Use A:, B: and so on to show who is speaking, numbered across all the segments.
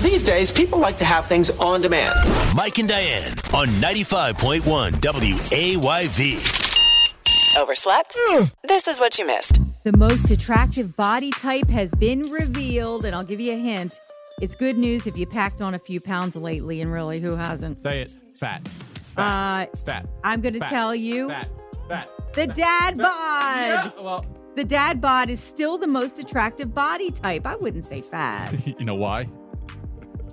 A: these days, people like to have things on demand.
B: Mike and Diane on 95.1 WAYV.
C: Overslept? This is what you missed.
D: The most attractive body type has been revealed, and I'll give you a hint. It's good news if you packed on a few pounds lately, and really, who hasn't?
E: Say it. Fat. Fat.
D: Uh,
E: fat.
D: I'm going to
E: Fat.
D: tell you
E: Fat. Fat.
D: the dad bod.
E: Yeah, well,
D: The dad bod is still the most attractive body type. I wouldn't say fat.
E: you know why?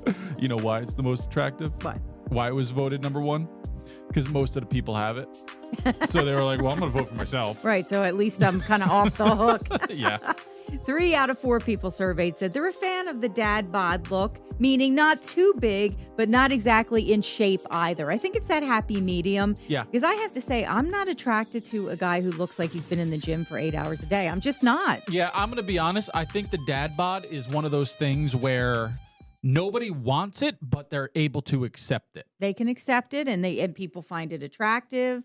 E: you know why it's the most attractive?
D: Why?
E: Why it was voted number one? Because most of the people have it. so they were like, well, I'm going to vote for myself.
D: Right, so at least I'm kind of off the hook.
E: Yeah.
D: Three out of four people surveyed said they're a fan of the dad bod look, meaning not too big, but not exactly in shape either. I think it's that happy medium.
E: Yeah.
D: Because I have to say, I'm not attracted to a guy who looks like he's been in the gym for eight hours a day. I'm just not.
E: Yeah, I'm going to be honest. I think the dad bod is one of those things where nobody wants it, but they're able to accept it.
D: They can accept it and they and people find it attractive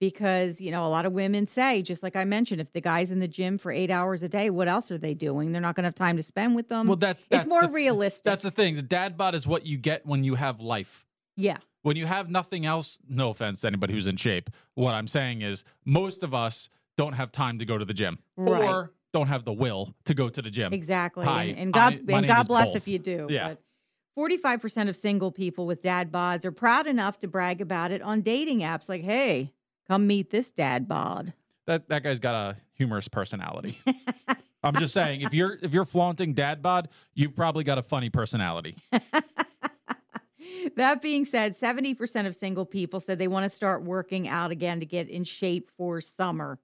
D: because, you know, a lot of women say, just like I mentioned, if the guy's in the gym for eight hours a day, what else are they doing? They're not gonna have time to spend with them.
E: Well, that's, that's
D: Mm. it's more
E: the-
D: realistic.
E: That's the thing. The dad bod is what you get when you have life.
D: yeah.
E: when you have nothing else, no offense to anybody who's in shape, what I'm saying is most of us don't have time to go to the gym
D: Right.
E: or don't have the will to go to the gym.
D: Exactly.
E: Hi,
D: and, and
E: I-
D: God,
E: my
D: and
E: name
D: God
E: is
D: bless
E: both.
D: if you do.
E: Yeah.
D: But 45% of single people with dad bods are proud enough to brag about it on dating apps like, hey, come meet this dad bod.
E: That that guy's got a humorous personality. I'm just saying, if you're if you're flaunting dad bod, you've probably got a funny personality.
D: That being said, 70% of single people said they want to start working out again to get in shape for summer.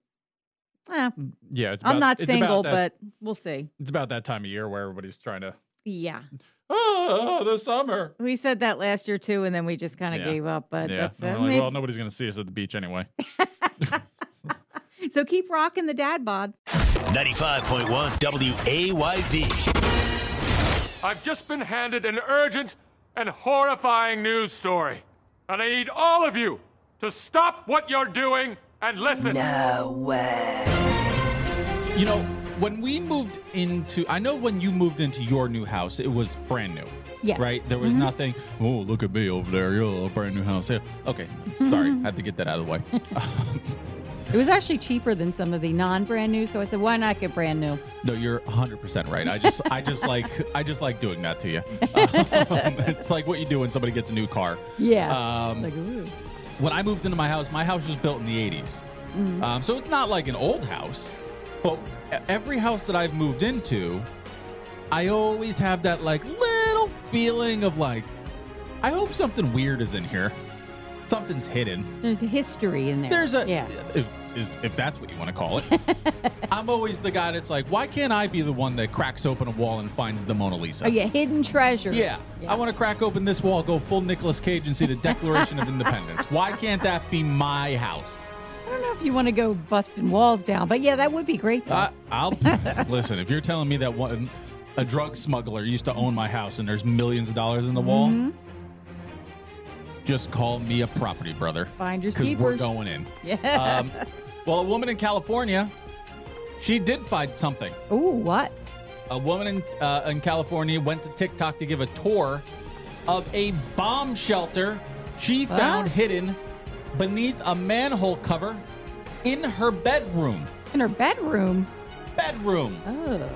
D: Eh,
E: Yeah, it's
D: I'm
E: about-
D: not
E: it's
D: single,
E: about that-
D: but we'll see.
E: it's about that time of year where everybody's trying to
D: Yeah.
E: oh the summer.
D: We said that last year too, and then we just kind of
E: Yeah.
D: gave up. But
E: yeah,
D: that's uh, it.
E: And we're like,
D: Maybe-
E: well, nobody's gonna see us at the beach anyway.
D: So keep rocking the dad bod.
B: 95.1 WAYV.
F: I've just been handed an urgent and horrifying news story. And I need all of you to stop what you're doing and listen.
E: You know, when we moved into, I know when you moved into your new house, it was brand new.
D: Yes.
E: Right? There was nothing, oh, look at me over there. Yo, brand new house. Yeah. Okay. Sorry. had to get that out of the way. Uh,
D: It was actually cheaper than some of the non brand new. So I said, why not get brand new?
E: no, you're 100% right. I just, I just like, I just like doing that to you. Um, it's like what you do when somebody gets a new car.
D: Yeah.
E: Um,
D: Like, ooh.
E: when I moved into my house, my house was built in the 80s.
D: Mm-hmm.
E: Um, so it's not like an old house, but e- every house that I've moved into, I always have that like little feeling of like, I hope something weird is in here. Something's hidden.
D: There's a history in there.
E: There's a,
D: Yeah.
E: if, is, if that's what you want to call it. I'm always the guy that's like, why can't I be the one that cracks open a wall and finds the Mona Lisa?
D: Oh, yeah. Hidden treasure.
E: Yeah. I want to crack open this wall, go full Nicolas Cage, and see the Declaration of Independence. Why can't that be my house?
D: I don't know if you want to go busting walls down, but yeah, that would be great. Though.
E: I, I'll listen. If you're telling me that one, a drug smuggler used to own my house and there's millions of dollars in the wall, just call me a property brother.
D: Finders
E: Because we're
D: keepers.
E: going in.
D: yeah.
E: Um, well, a woman in California, she did find something.
D: Ooh, what?
E: A woman in, uh, in California went to TikTok to give a tour of a bomb shelter she found
D: What?
E: hidden beneath a manhole cover in her bedroom.
D: In her bedroom.
E: Bedroom.
D: Oh.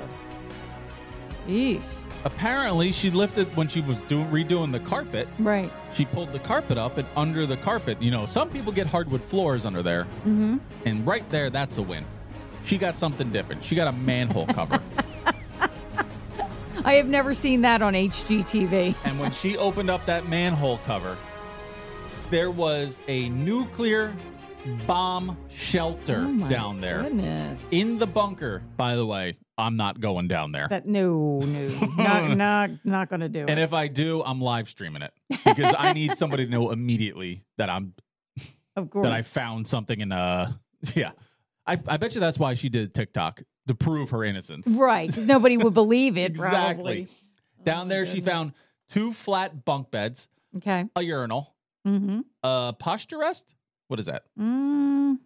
D: Yeesh.
E: Apparently, she lifted when she was doing redoing the carpet.
D: Right.
E: She pulled the carpet up and under the carpet, you know, some people get hardwood floors under there, mm-hmm. and right there, that's a win. She got something different. She got a manhole cover,
D: I have never seen that on HGTV.
E: and when she opened up that manhole cover, there was a nuclear bomb shelter down there
D: Oh Goodness.
E: in the bunker. By the way, I'm not going down there.
D: that no, no, not not not gonna do it.
E: And if I do, I'm live streaming it because I need somebody to know immediately that I'm
D: Of course.
E: that I found something in uh yeah. I I bet you that's why she did TikTok to prove her innocence.
D: right, because nobody would believe it.
E: exactly.
D: Probably. Oh
E: Down there she found two flat bunk beds,
D: Okay.
E: a urinal,
D: Mm-hmm.
E: a posture rest. What is that?
D: Mm,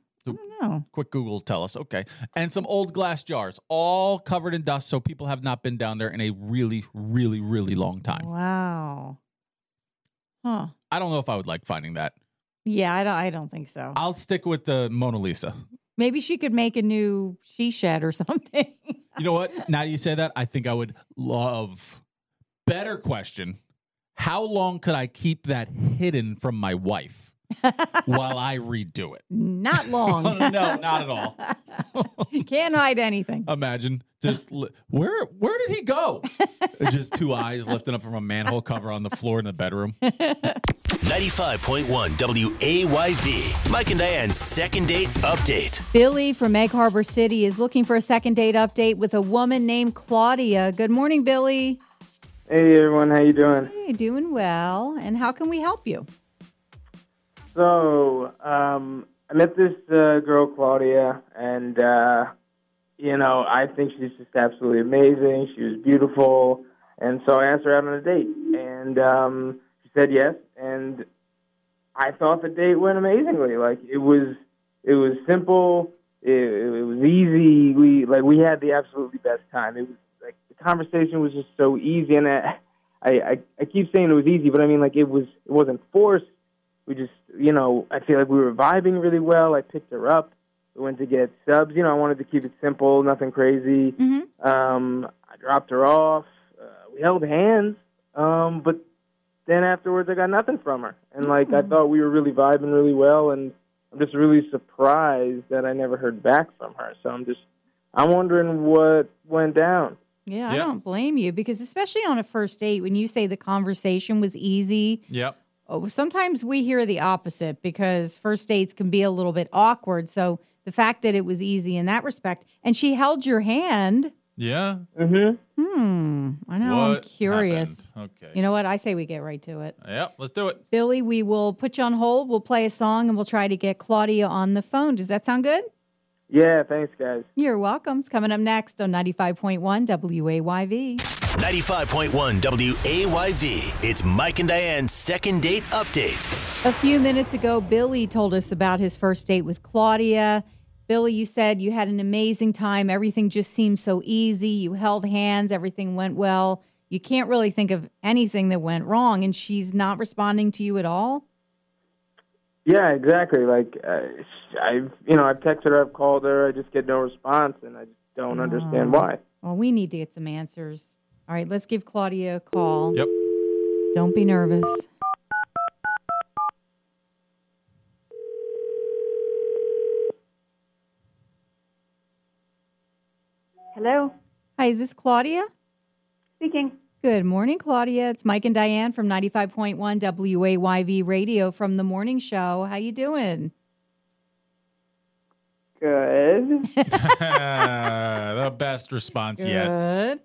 D: No.
E: Quick Google tell us. Okay. And some old glass jars, all covered in dust, so people have not been down there in a really, really, really long time.
D: Wow. Huh.
E: I don't know if I would like finding that.
D: Yeah, I don't. I don't think so.
E: I'll stick with the Mona Lisa.
D: Maybe she could make a new she shed or something.
E: You know what? Now you say that, I think I would love. Better question. How long could I keep that hidden from my wife while I redo it?
D: Not long.
E: no, not at all.
D: Can't hide anything.
E: Imagine just li- where where did he go? just two eyes lifting up from a manhole cover on the floor in the bedroom.
B: 95.1 WAYV. Mike and Diane's second date update.
D: Billy from Egg Harbor City is looking for a second date update with a woman named Claudia. Good morning, Billy.
G: Hey everyone, how you doing?
D: Hey, doing well. And how can we help you?
G: So, um, I met this uh, girl Claudia, and uh, you know, I think she's just absolutely amazing. She was beautiful, and so I asked her out on a date, and um, she said yes, and I thought the date went amazingly. Like it was, it was simple, it, it was easy. We like we had the absolutely best time. It was like the conversation was just so easy, and I, I, I, I keep saying it was easy, but I mean like it was, it wasn't forced we just you know i feel like we were vibing really well i picked her up we went to get subs you know i wanted to keep it simple nothing crazy um i dropped her off uh, we held hands um but then afterwards i got nothing from her and like i thought we were really vibing really well and i'm just really surprised that i never heard back from her so i'm just i'm wondering what went down
D: Yeah, I
E: Yeah.
D: don't blame you because, especially on a first date, when you say the conversation was easy,
E: Yep.
D: oh, sometimes we hear the opposite because first dates can be a little bit awkward. So, the fact that it was easy in that respect, and she held your hand.
E: Yeah.
G: mhm
D: Hmm. I know. I'm curious.
E: Okay.
D: You know what? I say we get right to it.
E: Yep. Let's do it.
D: Billy, we will put you on hold. We'll play a song and we'll try to get Claudia on the phone. Does that sound good?
G: yeah thanks guys
D: You're welcome. It's coming up next on 95.1 WAYV.
B: 95.1 WAYV. It's Mike and Diane's second date update.
D: A few minutes ago, Billy told us about his first date with Claudia. Billy, you said you had an amazing time. Everything just seemed so easy. You held hands, everything went well. You can't really think of anything that went wrong, and she's not responding to you at all.
G: Yeah, exactly. Like uh, I've, you know, I've texted her, I've called her, I just get no response, and I just don't understand why.
D: Well, we need to get some answers. All right, let's give Claudia a call.
E: Yep.
D: Don't be nervous.
H: Hello,
D: Hi, is this Claudia?
H: speaking.
D: Good morning, Claudia. It's Mike and Diane from 95.1 WAYV Radio from the morning show. How you doing?
H: Good.
E: the best response yet.
D: Good.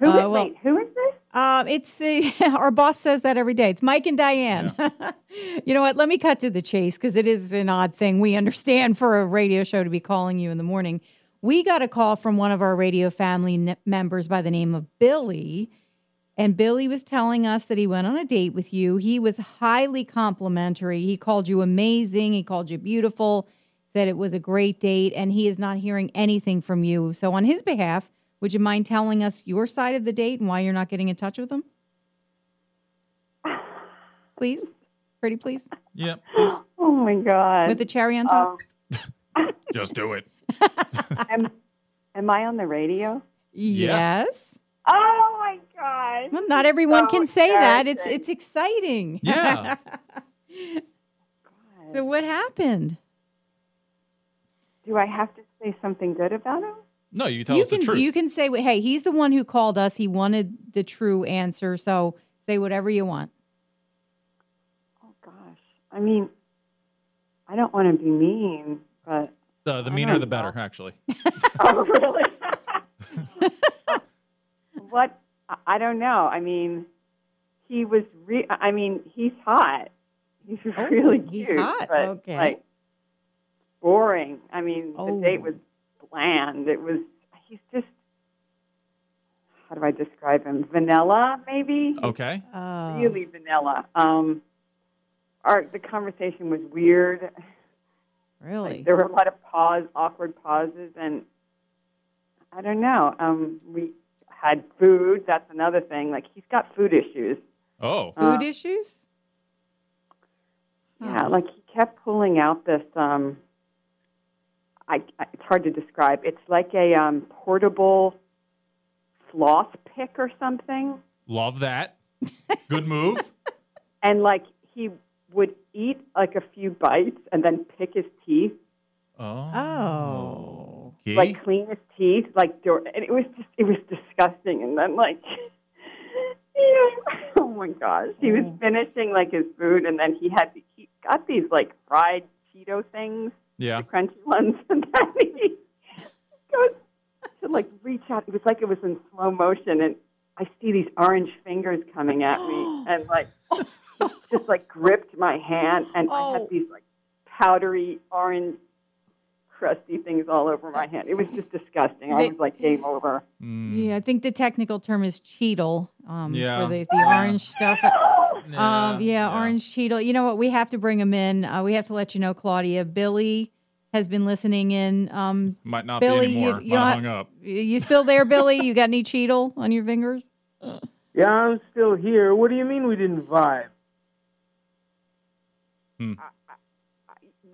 H: Who is,
D: Uh, well-
H: wait, who is this?
D: Um, it's uh, our boss says that every day. It's Mike and Diane. you know what? Let me cut to the chase because it is an odd thing. We understand for a radio show to be calling you in the morning. We got a call from one of our radio family n- members by the name of Billy, and Billy was telling us that he went on a date with you. He was highly complimentary. He called you amazing. He called you beautiful. Said it was a great date, and he is not hearing anything from you. So, on his behalf, would you mind telling us your side of the date and why you're not getting in touch with him? Please, pretty please,
E: Yep.
H: Oh my God.
D: with the cherry on top.
H: Um,
E: Just do it.
H: am, am I on the radio?
E: yeah.
D: Yes.
H: Oh my God.
D: Well, not everyone
H: So
D: can say that. It's
H: embarrassing.
D: it's exciting.
E: Yeah.
D: So what happened?
H: Do I have to say something good about him?
E: No, you tell
D: you
E: us
D: can
E: the truth.
D: you can say, "Hey, he's the one who called us. He wanted the true answer. So say whatever you want."
H: Oh gosh. I mean, I don't want to be mean, but
E: the the meaner, the better, actually.
H: oh really? what? I- I don't know. I mean, he was. Re- I mean, he's hot. He's really cute.
D: Oh, he's hot.
H: but,
D: Okay.
H: Like, boring. I mean,
D: Oh.
H: the date was bland. It was. He's just. How do I describe him? Vanilla, maybe.
E: Okay.
D: Oh.
H: Really vanilla. Um, our the conversation was weird.
D: Really?
H: There were a lot of pause, awkward pauses, and I don't know. Um, we had food. That's another thing. Like he's got food issues.
E: Oh,
D: Food issues?
H: Yeah, like he kept pulling out this. Um, I, I it's hard to describe. It's like a um, portable floss pick or something,
E: love that. Good move.
H: and like he would eat like a few bites and then pick his teeth,
D: Oh.
E: Key?
H: like clean his teeth, like dur- and it was just it was disgusting. And then like, yeah, oh my gosh, he was finishing like his food, and then he had to, he got these like fried Cheeto things.
E: yeah.
H: the crunchy ones, and then he goes to like reach out. It was like it was in slow motion, and I see these orange fingers coming at me, and like just like gripped my hand, and I had these like powdery orange crusty things all over my hand. It was just disgusting. I
D: They-
H: was like game over.
D: Yeah, I think the technical term is cheetle. Um,
E: Mm. Yeah.
D: For the, the orange stuff. Um, yeah, Orange Cheetle. You know what? We have to bring him in. Uh, we have to let you know, Claudia. Billy has been listening in. Um,
E: Might not
D: Billy,
E: be
D: you-
E: anymore.
D: you
E: Might have
D: don't-
E: hung up.
D: you still there, Billy? You got any Cheetle on your fingers?
G: Yeah, I'm still here. What do you mean we didn't vibe?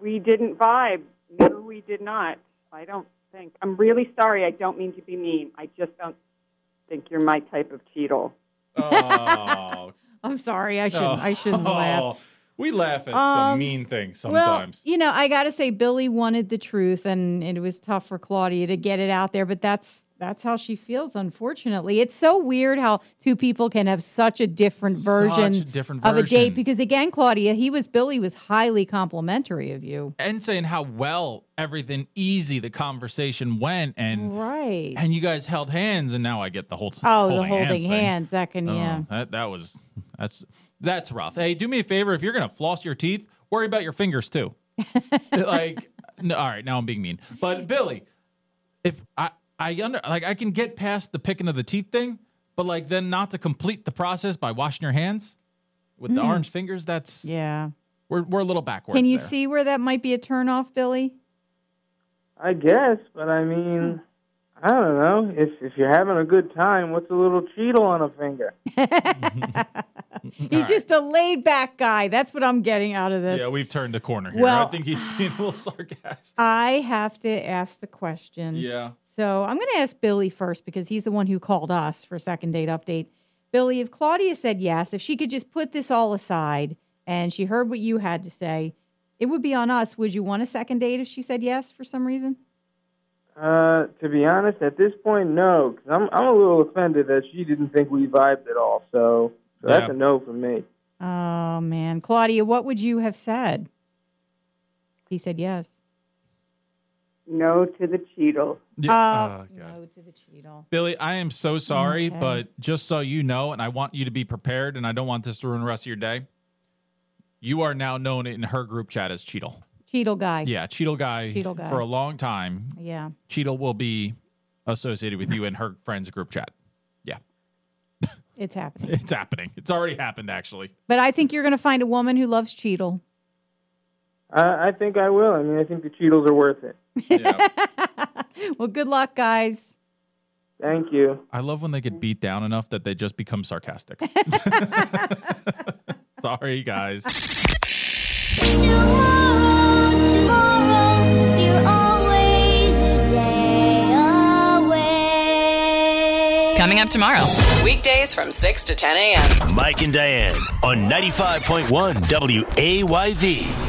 H: We didn't vibe. No, we did not. I don't think. I'm really sorry. I don't mean to be mean. I just don't think you're my type of Cheetle.
E: Oh,
D: I'm sorry. I shouldn't. I shouldn't laugh.
E: Oh, We laugh at
D: Um,
E: some mean things
D: Well,
E: sometimes.
D: you know, I gotta say, Billy wanted the truth, and it was tough for Claudia to get it out there. But that's that's how she feels. Unfortunately, it's so weird how two people can have such a different version,
E: a different
D: of a
E: version.
D: date. Because again, Claudia, he was Billy was highly complimentary of you.
E: and saying how well everything easy the conversation went, and
D: Right.
E: and you guys held hands, and now I get the whole t-
D: Oh,
E: holding
D: the holding
E: hands
D: hands,
E: thing.
D: that can,
E: Oh,
D: yeah.
E: that that was that's that's rough. Hey, do me a favor if you're gonna floss your teeth, worry about your fingers too. like, no, all right, now I'm being mean, but Billy, if I I under like I can get past the picking of the teeth thing, but like then not to complete the process by washing your hands with the orange fingers, that's
D: Hmm. Yeah.
E: we're we're a little backwards.
D: Can you
E: there.
D: see where that might be a turnoff, Billy?
G: I guess, but I mean, I don't know. If if you're having a good time, what's a little cheetle on a finger?
D: He's just a laid back guy. That's what I'm getting out of this.
E: Yeah, we've turned the corner here.
D: Well-
E: I think he's being a little sarcastic.
D: I have to ask the question.
E: Yeah.
D: So I'm going to ask Billy first because he's the one who called us for second date update. Billy, if Claudia said yes, if she could just put this all aside and she heard what you had to say, it would be on us. Would you want a second date if she said yes for some reason?
G: Uh, to be honest, at this point, no, 'cause I'm I'm a little offended that she didn't think we vibed at all. So, so that's a
E: Yeah.
G: no for me.
D: Oh man, Claudia, what would you have said? He said yes.
H: No to the Cheetle.
D: Uh, no to the cheetle.
E: Billy, I am so sorry,
D: Okay.
E: but just so you know, and I want you to be prepared, and I don't want this to ruin the rest of your day. You are now known in her group chat as Cheetle.
D: Cheetle guy.
E: Yeah, Cheetle guy,
D: Cheetle guy.
E: for a long time.
D: Yeah.
E: Cheetle will be associated with you in her friends group chat. Yeah,
D: It's happening.
E: it's happening. It's already happened, actually.
D: but I think you're going to find a woman who loves cheetle.
G: I, I think I will. I mean, I think the cheetles are worth it.
E: Yeah.
D: well, good luck, guys.
G: Thank you.
E: I love when they get beat down enough that they just become sarcastic. sorry, guys.
I: Tomorrow, tomorrow, you're always a day away.
C: Coming up tomorrow, weekdays from 6 to 10 a.m.
B: Mike and Diane on 95.1 WAYV.